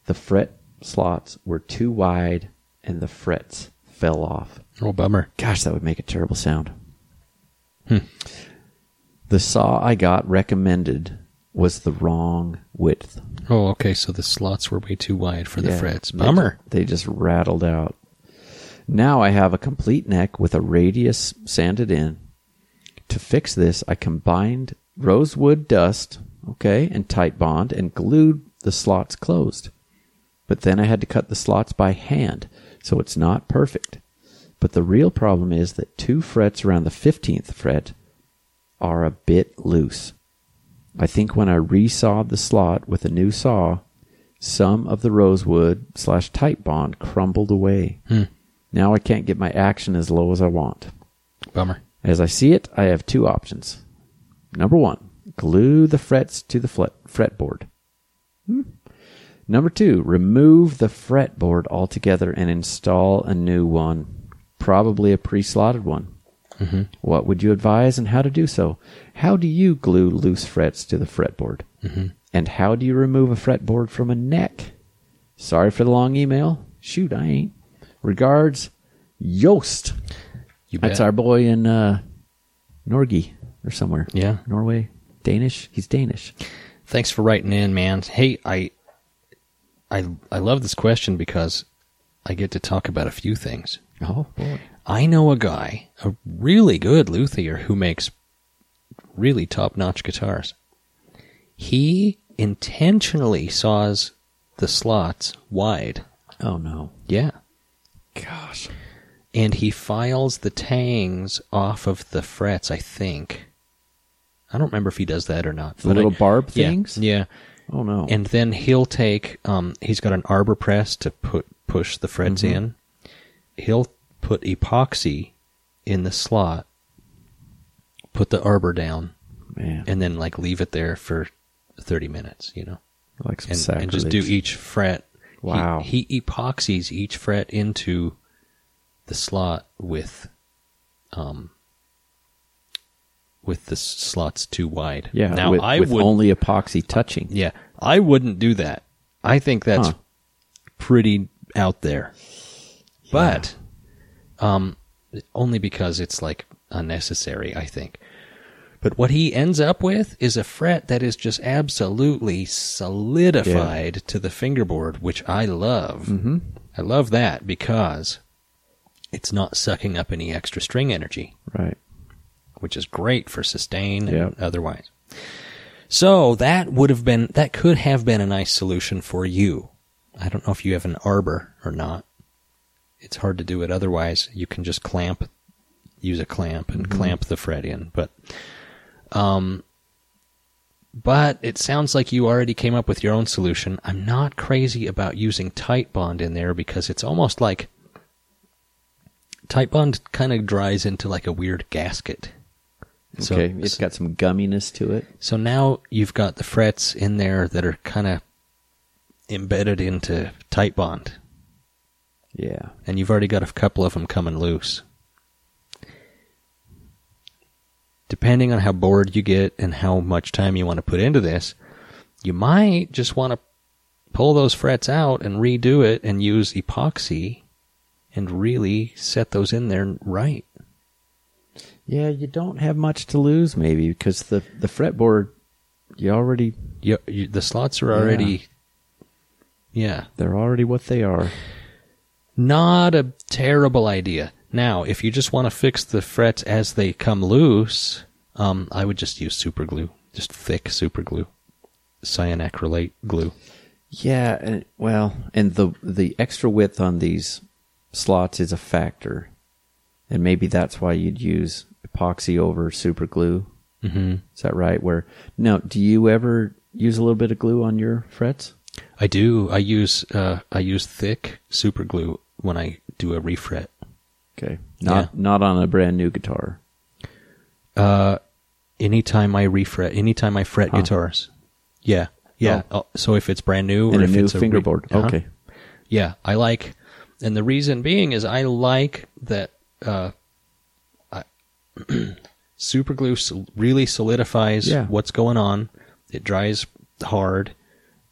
C: the fret slots were too wide and the frets fell off.
B: Oh, bummer.
C: Gosh, that would make a terrible sound. Hmm. The saw I got recommended was the wrong width.
B: Oh, okay. So the slots were way too wide for the
C: Yeah,
B: frets.
C: they
B: Bummer.
C: ju- They just rattled out. Now I have a complete neck with a radius sanded in. To fix this, I combined rosewood dust, okay, and tight bond and glued the slots closed. But then I had to cut the slots by hand, so it's not perfect. But the real problem is that two frets around the 15th fret are a bit loose. I think when I resawed the slot with a new saw, some of the rosewood slash tight bond crumbled away. Now I can't get my action as low as I want.
B: Bummer.
C: As I see it, I have two options. Number one, glue the frets to the flet- fretboard. Hmm. Number two, remove the fretboard altogether and install a new one, probably a pre slotted one. What would you advise and how to do so? How do you glue loose frets to the fretboard? And how do you remove a fretboard from a neck? Sorry for the long email. Shoot, I ain't. Regards, Yost.
B: You bet.
C: That's our boy in uh, Norge or somewhere.
B: Yeah.
C: Norway. Danish. He's Danish.
B: Thanks for writing in, man. Hey, I, I, I love this question because I get to talk about a few things.
C: Oh boy.
B: I know a guy, a really good luthier who makes really top notch guitars. He intentionally saws the slots wide.
C: Oh no.
B: Yeah.
C: Gosh.
B: And he files the tangs off of the frets, I think. I don't remember if he does that or not.
C: The
B: but
C: little
B: I-
C: barb
B: yeah,
C: things?
B: Yeah.
C: Oh no.
B: and then he'll take um, he's got an arbor press to put push the frets
C: Mm-hmm.
B: in he'll put epoxy in the slot put the arbor down
C: man,
B: and then like leave it there for 30 minutes you know
C: like some
B: and,
C: sacrilege.
B: and just do each fret He-
C: Wow.
B: he, epoxies each fret into the slot with um with the s- slots too wide
C: Yeah.
B: now
C: with,
B: i
C: with
B: would
C: only epoxy touching.
B: yeah, I wouldn't do that. I think that's
C: Huh.
B: pretty out there. But um only because it's like unnecessary, I think. But what he ends up with is a fret that is just absolutely solidified to the fingerboard, which I love. Mm-hmm. I love that because it's not sucking up any extra string energy
C: Right.
B: which is great for sustain and
C: Yep.
B: otherwise. So that would have been that could have been a nice solution for you. I don't know if you have an arbor or not. It's hard to do it otherwise. You can just clamp use a clamp and
C: Mm-hmm.
B: clamp the fret in, but um but it sounds like you already came up with your own solution. I'm not crazy about using tight bond in there because it's almost like tight bond kind of dries into like a weird gasket. So-
C: okay. it's got some gumminess to it.
B: so now you've got the frets in there that are kind of embedded into tight bond,
C: Yeah.
B: and you've already got a couple of them coming loose. Depending on how bored you get and how much time you want to put into this, you might just want to pull those frets out and redo it and use epoxy and really set those in there right.
C: Yeah. You don't have much to lose, maybe, because the the fretboard, you already
B: You, you, the slots are already. yeah.
C: they're already what they are.
B: not a terrible idea. Now, if you just want to fix the frets as they come loose, um, I would just use super glue, just thick super glue, cyanacrylate glue.
C: Yeah, and, well, and the the extra width on these slots is a factor, and maybe that's why you'd use epoxy over super glue. Mm-hmm. Is that right? Where now, do you ever use a little bit of glue on your frets?
B: I do. I use uh, I use thick super glue when I do a refret.
C: Okay, not not on a brand new guitar.
B: Uh, anytime I refret, anytime I fret guitars, yeah, Yeah. uh, so if it's brand new
C: Oh. and
B: or
C: a
B: if
C: new
B: it's re-
C: fingerboard.
B: Uh-huh.
C: Okay.
B: Yeah, I like, and the reason being is I like that uh, I, super glue sol- really solidifies
C: Yeah.
B: what's going on. It dries hard,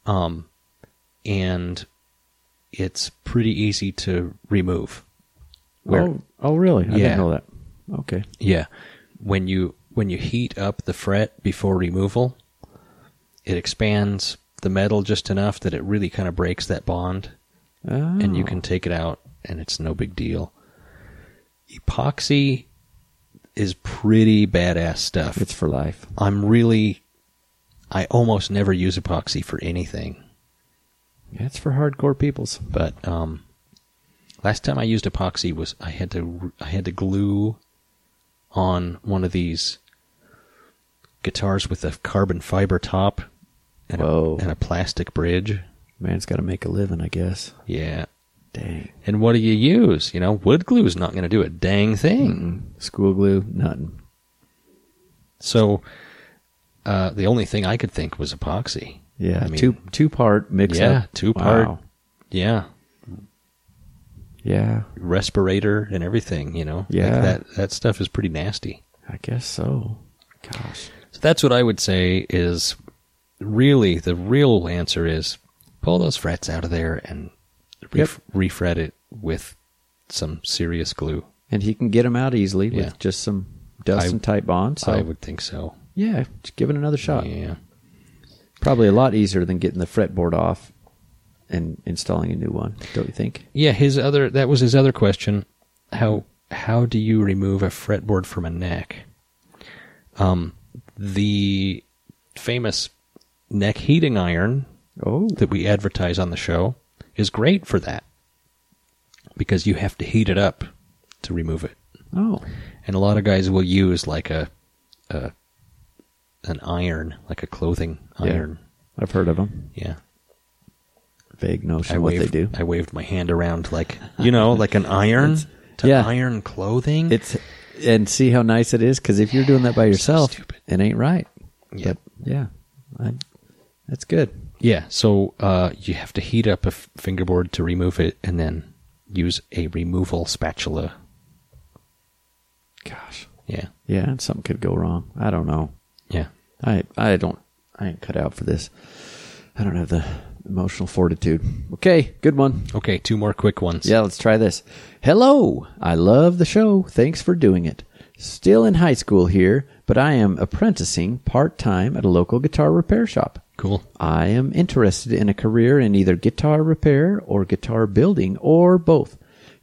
B: um, and it's pretty easy to remove. Where-
C: Oh, oh, really? I
B: Yeah.
C: didn't know that. Okay.
B: Yeah, when you when you heat up the fret before removal, it expands the metal just enough that it really kind of breaks that bond.
C: Oh.
B: and you can take it out and it's no big deal. Epoxy is pretty badass stuff.
C: It's for life.
B: I'm really I almost never use epoxy for anything,
C: Yeah, it's for hardcore peoples.
B: but um last time I used epoxy was I had to I had to glue on one of these guitars with a carbon fiber top and, a,
C: Whoa.
B: and a plastic bridge.
C: Man's got to make a living, I guess.
B: Yeah.
C: Dang.
B: And what do you use? You know, wood glue is not going to do a dang thing.
C: School glue, nothing.
B: So uh, the only thing I could think was epoxy.
C: Yeah,
B: I mean,
C: two two part mix.
B: Yeah,
C: up.
B: two part.
C: Wow.
B: Yeah,
C: Yeah,
B: respirator and everything. You know, Like,
C: Yeah.
B: that that stuff is pretty nasty.
C: I guess so. Gosh,
B: So that's what I would say is really the real answer is pull those frets out of there and ref- refret it with some serious glue.
C: and he can get them out easily
B: Yeah.
C: with just some dust
B: I-
C: and tight bond. So
B: I would think so.
C: yeah, just give it another shot.
B: Yeah.
C: Probably a lot easier than getting the fretboard off and installing a new one. Don't you think?
B: Yeah, his other that was his other question. How how do you remove a fretboard from a neck? Um the famous neck heating iron
C: Oh,
B: that we advertise on the show is great for that. Because you have to heat it up to remove it.
C: oh,
B: And a lot of guys will use like a a an iron, like a clothing
C: Yeah.
B: iron.
C: I've heard of them.
B: Yeah.
C: Vague notion
B: I
C: what
B: waved,
C: they do.
B: I waved my hand around like you know, like an iron to
C: yeah.
B: iron clothing.
C: It's and see how nice it is because if you're doing that by yourself,
B: stupid.
C: it ain't right.
B: Yeah.
C: But, yeah, I, that's good.
B: yeah. So uh, you have to heat up a f- fingerboard to remove it, and then use a removal spatula.
C: Gosh,
B: Yeah,
C: yeah, and something could go wrong. I don't know.
B: yeah.
C: I I don't I ain't cut out for this. I don't have the emotional fortitude. Okay, good one.
B: Okay, two more quick ones.
C: Yeah, let's try this. Hello, I love the show. Thanks for doing it. Still in high school here, but I am apprenticing part time at a local guitar repair shop.
B: Cool.
C: I am interested in a career in either guitar repair or guitar building or both.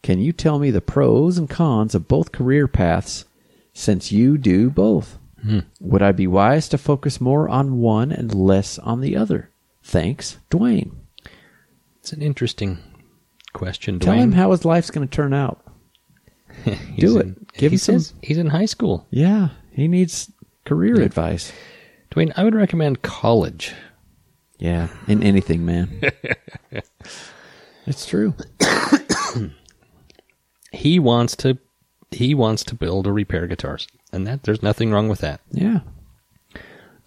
C: Can you tell me the pros and cons of both career paths since you do both? Would I be wise to focus more on one and less on the other? Thanks, Dwayne.
B: It's an interesting question. Dwayne.
C: Tell him how his life's going to turn out.
B: He's
C: do it.
B: in-
C: Give him
B: he's in-
C: some-
B: He's in high school.
C: Yeah, he needs career advice.
B: Dwayne, I would recommend college.
C: Yeah, in anything, man. it's true.
B: He wants to. He wants to build or repair guitars, and that there's nothing wrong with that.
C: Yeah.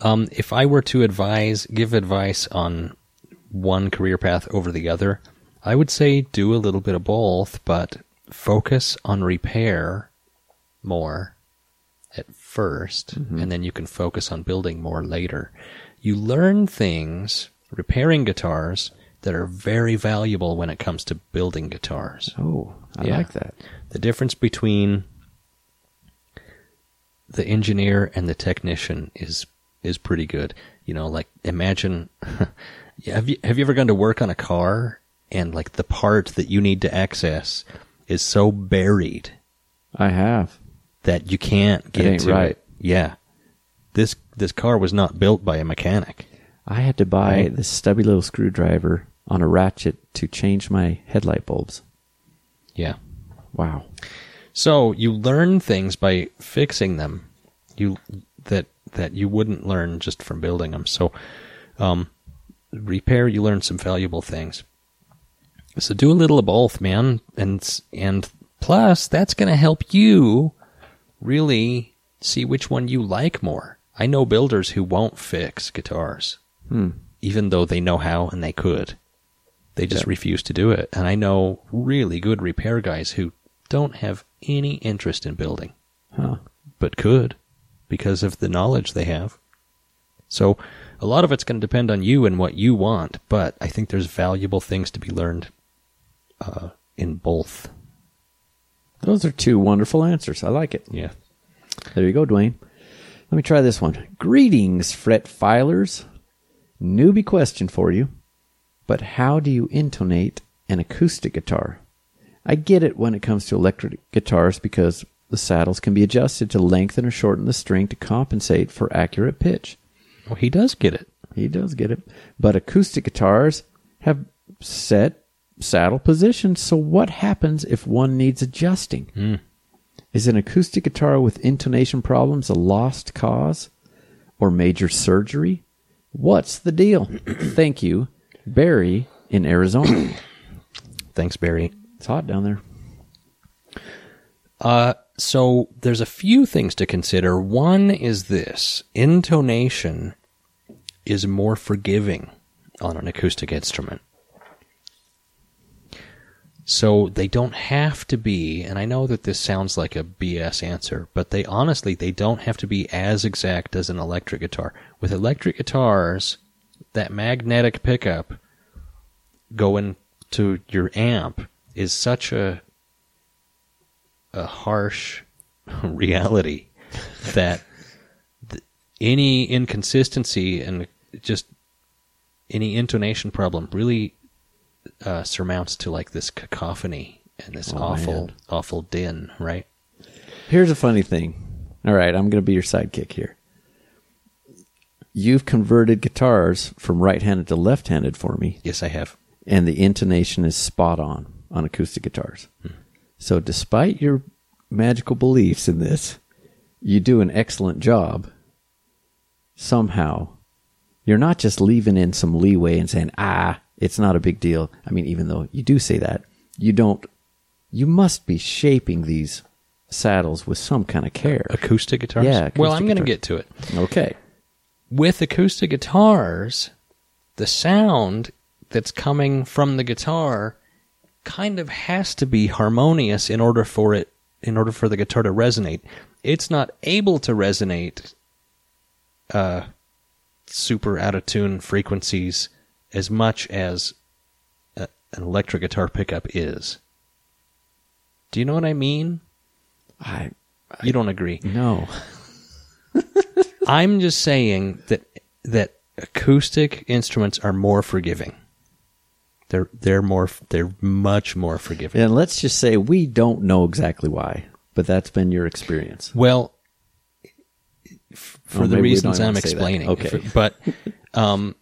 B: Um, if I were to advise, give advice on one career path over the other, I would say do a little bit of both, but focus on repair more at 1st and then you can focus on building more later. You learn things repairing guitars that are very valuable when it comes to building guitars
C: Oh, I
B: Yeah.
C: like that.
B: the difference between the engineer and the technician is is pretty good. You know, like imagine Yeah, have you have you ever gone to work on a car and like the part that you need to access is so buried
C: I have.
B: that you can't get
C: ain't
B: to
C: right.
B: it. Yeah. This this car was not built by a mechanic.
C: I had to buy
B: Right.
C: this stubby little screwdriver on a ratchet to change my headlight bulbs.
B: Yeah.
C: Wow.
B: So you learn things by fixing them. You that that you wouldn't learn just from building them. So um, repair, you learn some valuable things. So do a little of both, man, and s- and plus that's going to help you really
C: Hmm.
B: see which one you like more. I know builders who won't fix guitars. even though they know how and they could. They just refuse to do it. And I know really good repair guys who don't have any interest in building,
C: Huh.
B: but could because of the knowledge they have. So a lot of it's going to depend on you and what you want, but I think there's valuable things to be learned uh, in both.
C: Those are two wonderful answers. I like it.
B: Yeah.
C: There you go, Dwayne. Let me try this one. Greetings, fret filers. Newbie question for you. But how do you intonate an acoustic guitar? I get it when it comes to electric guitars because the saddles can be adjusted to lengthen or shorten the string to compensate for accurate pitch.
B: Well, Oh, he does get it.
C: He does get it. But acoustic guitars have set saddle positions. So what happens if one needs adjusting? Is an acoustic guitar with intonation problems a lost cause or major surgery? What's the deal? Thank you, Barry in Arizona.
B: Thanks, Barry.
C: it's hot down there.
B: Uh, so there's a few things to consider. One is this intonation is more forgiving on an acoustic instrument. So they don't have to be, and I know that this sounds like a BS answer, but they honestly, they don't have to be as exact as an electric guitar. With electric guitars, that magnetic pickup going to your amp is such a a harsh reality that th- any inconsistency and just any intonation problem really uh, surmounts to like this cacophony and this
C: Oh,
B: awful, awful din, right?
C: Here's a funny thing. All right, I'm going to be your sidekick here. You've converted guitars from right handed to left handed for me.
B: Yes, I have.
C: and the intonation is spot on on acoustic guitars. So, despite your magical beliefs in this, you do an excellent job. Somehow, you're not just leaving in some leeway and saying, ah, it's not a big deal. I mean, even though you do say that, you don't, you must be shaping these saddles with some kind of care.
B: Acoustic guitars?
C: Yeah, acoustic
B: well, I'm going to
C: guitar.
B: get to it.
C: Okay.
B: with acoustic guitars, the sound that's coming from the guitar kind of has to be harmonious in order for it in order for the guitar to resonate. It's not able to resonate uh, super out of tune frequencies as much as a, an electric guitar pickup is. Do you know what I mean?
C: I,
B: You don't agree.
C: no.
B: I'm just saying that that acoustic instruments are more forgiving. They're they're more they're much more forgiving.
C: And let's just say we don't know exactly why, but that's been your experience.
B: Well, f- for
C: Oh,
B: the
C: maybe we
B: reasons
C: don't
B: I'm
C: have to say that.
B: explaining.
C: Okay.
B: F- but um,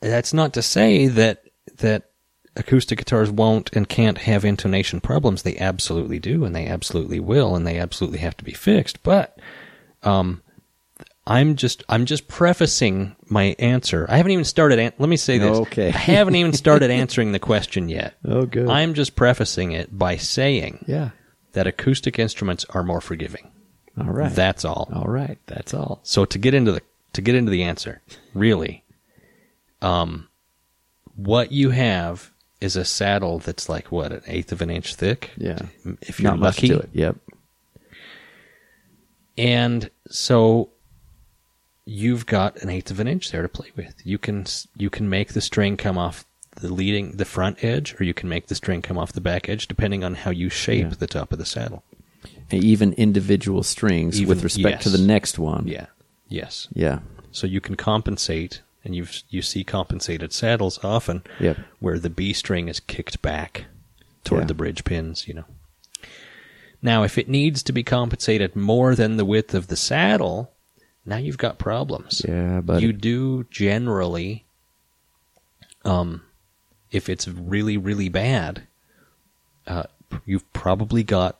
B: that's not to say that that acoustic guitars won't and can't have intonation problems. They absolutely do, and they absolutely will, and they absolutely have to be fixed. But um, I'm just I'm just prefacing my answer. I haven't even started. An- let me say this.
C: Okay.
B: I haven't even started answering the question yet.
C: Oh, good.
B: I'm just prefacing it by saying
C: Yeah.
B: that acoustic instruments are more forgiving.
C: All right.
B: That's all.
C: All right, that's all.
B: So to get into the to get into the answer, really, um, what you have is a saddle that's like what an eighth of an inch thick.
C: Yeah.
B: if you're lucky,
C: much to it. Yep.
B: and so you've got an eighth of an inch there to play with. You can s- you can make the string come off the leading the front edge, or you can make the string come off the back edge, depending on how you shape
C: Yeah.
B: the top of the saddle.
C: And even individual strings
B: Even-
C: with respect to
B: yes.
C: the next one.
B: Yeah. Yes.
C: Yeah.
B: so you can compensate and you you see compensated saddles often
C: Yep.
B: where the B string is kicked back toward
C: Yeah.
B: the bridge pins, you know. Now if it needs to be compensated more than the width of the saddle, now you've got problems.
C: Yeah, buddy.
B: you do generally um if it's really really bad, uh you've probably got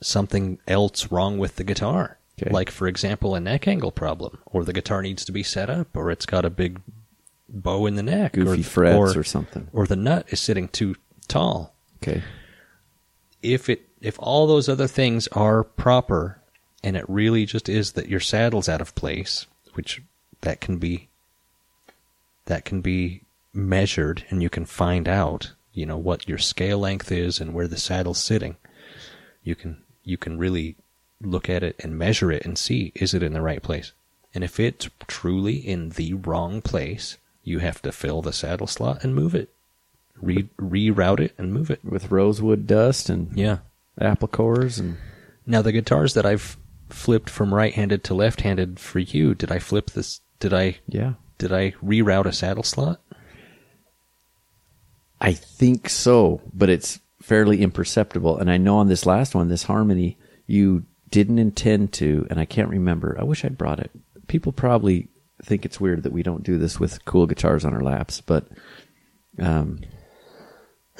B: something else wrong with the guitar.
C: Okay.
B: Like, for example, a neck angle problem, or the guitar needs to be set up, or it's got a big bow in the neck,
C: Goofy
B: or,
C: frets
B: or,
C: or something.
B: or the nut is sitting too tall.
C: Okay.
B: If it, if all those other things are proper, and it really just is that your saddle's out of place, which that can be that can be measured and you can find out, you know, what your scale length is and where the saddle's sitting. You can you can really look at it and measure it and see is it in the right place. And if it's truly in the wrong place, you have to fill the saddle slot and move it. Re- reroute it and move it.
C: with rosewood dust and
B: Yeah.
C: apple cores and
B: Now the guitars that I've flipped from right-handed to left-handed for you, did I flip this? Did I
C: yeah.
B: did I reroute a saddle slot?
C: I think so, but it's fairly imperceptible. And I know on this last one, this harmony, you didn't intend to, and I can't remember. I wish I'd brought it. People probably think it's weird that we don't do this with cool guitars on our laps, but um,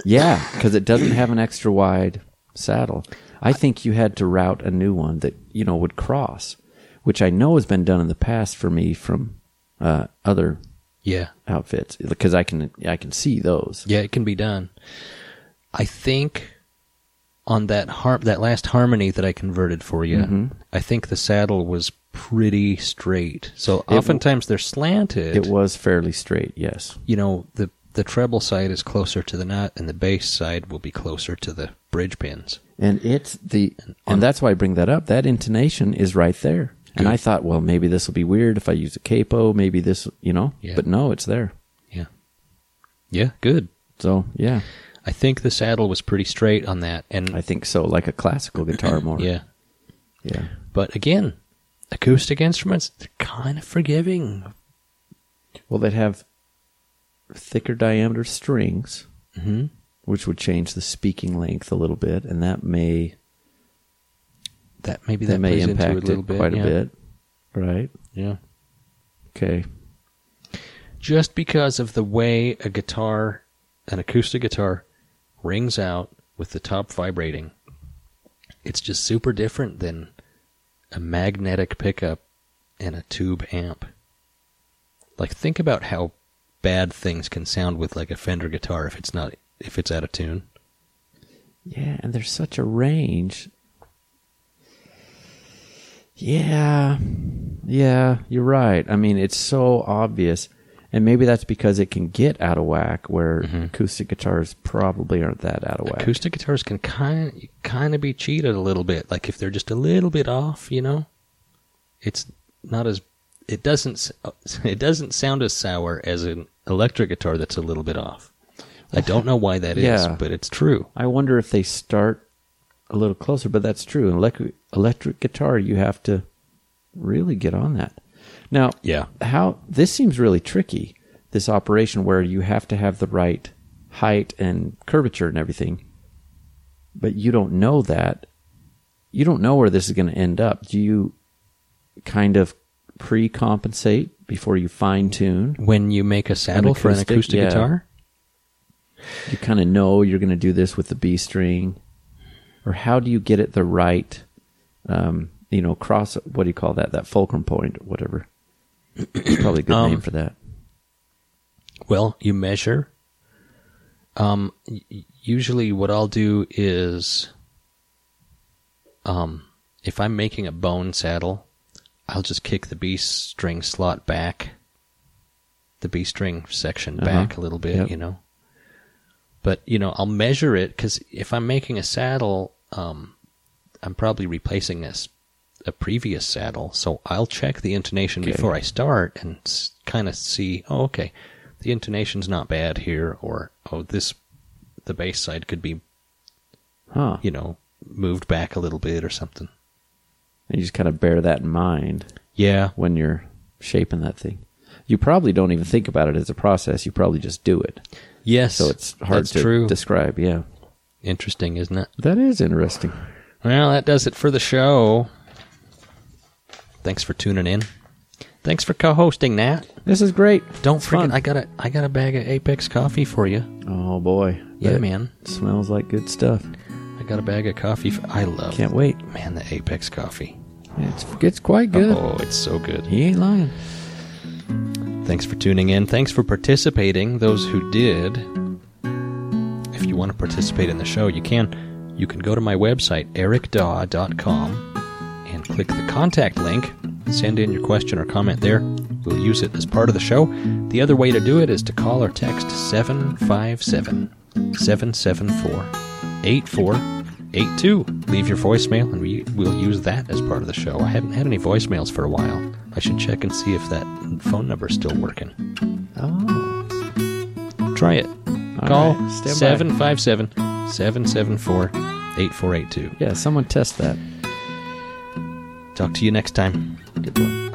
C: yeah, because it doesn't have an extra wide saddle. I think you had to route a new one that you know would cross, which I know has been done in the past for me from uh, other
B: Yeah.
C: outfits because I can I can see those.
B: Yeah, it can be done. I think on that har- that last harmony that I converted for you,
C: Mm-hmm.
B: I think the saddle was pretty straight. So
C: w-
B: oftentimes they're slanted.
C: It was fairly straight, yes.
B: you know, the the treble side is closer to the nut and the bass side will be closer to the bridge pins.
C: And it's the and that's why I bring that up. That intonation is right there. And I thought, well, maybe this will be weird if I use a capo, maybe this, you know.
B: Yeah.
C: But no, it's there.
B: Yeah. Yeah, good.
C: So, yeah.
B: I think the saddle was pretty straight on that and
C: I think so, like a classical guitar more.
B: yeah.
C: Yeah.
B: But again, acoustic instruments they're kind of forgiving.
C: Well, they'd have thicker diameter strings,
B: Mhm.
C: which would change the speaking length a little bit, and that may
B: That maybe
C: that,
B: that,
C: may
B: plays into
C: impact
B: it a little
C: it
B: bit.
C: quite
B: yeah.
C: a bit. Right?
B: Yeah.
C: Okay.
B: just because of the way a guitar, an acoustic guitar, rings out with the top vibrating. It's just super different than a magnetic pickup and a tube amp. Like think about how bad things can sound with like a Fender guitar if it's not if it's out of tune.
C: Yeah, and there's such a range. Yeah, yeah, you're right. I mean, it's so obvious. And maybe that's because it can get out of whack, where acoustic guitars probably aren't that out of whack.
B: Acoustic guitars can kind kind of be cheated a little bit. Like if they're just a little bit off, you know, it's not as it doesn't s- it doesn't sound as sour as an electric guitar that's a little bit off. I don't know why that is,
C: Yeah.
B: but it's true.
C: I wonder if they start a little closer, but that's true. In electric, electric guitar, you have to really get on that. Now,
B: Yeah.
C: how this seems really tricky. This operation where you have to have the right height and curvature and everything, but you don't know that. You don't know where this is going to end up. Do you kind of pre-compensate before you fine tune?
B: When you make a saddle for an
C: acoustic,
B: acoustic
C: yeah.
B: guitar,
C: you kind of know you're going to do this with the B string, or how do you get it the right, um, you know, cross? What do you call that? That fulcrum point, or whatever. It's probably a good
B: Um,
C: name for that.
B: well, you measure. Um, y- y- usually, what I'll do is, um, if I'm making a bone saddle, I'll just kick the B string slot back, the B string section
C: Uh-huh.
B: back a little bit,
C: Yep.
B: you know. But you know, I'll measure it because if I'm making a saddle, um, I'm probably replacing this a previous saddle, so I'll check the intonation before I start and s- kind of see, oh, okay, the intonation's not bad here, or oh, this the bass side could be,
C: Huh?
B: you know, moved back a little bit or something.
C: And you just kind of bear that in mind
B: Yeah,
C: when you're shaping that thing. You probably don't even think about it as a process. You probably just do it.
B: yes.
C: So it's hard
B: that's
C: to
B: true.
C: describe. Yeah,
B: Interesting, isn't it?
C: that is interesting.
B: Well, that does it for the show. Thanks for tuning in. Thanks for co-hosting, Nat.
C: This is great.
B: Don't
C: It's
B: forget,
C: fun.
B: I got a I got a bag of Apex coffee for you.
C: oh boy.
B: Yeah,
C: That
B: man.
C: Smells like good stuff.
B: I got a bag of coffee. For, I love
C: Can't wait.
B: man the Apex coffee.
C: It's it's quite good.
B: Oh, it's so good.
C: He ain't lying.
B: Thanks for tuning in. Thanks for participating, those who did. If you want to participate in the show, you can. You can go to my website, ericdaw.com, and click the contact link, Send in your question or comment there. We'll use it as part of the show. The other way to do it is to call or text 757 774 8482. Leave your voicemail and we will use that as part of the show. I haven't had any voicemails for a while. I should check and see if that phone number's still working.
C: Oh,
B: Try it.
C: All
B: Call
C: right, stand by.
B: 757 774 8482.
C: yeah. Someone test that.
B: Talk to you next time.
C: Good one.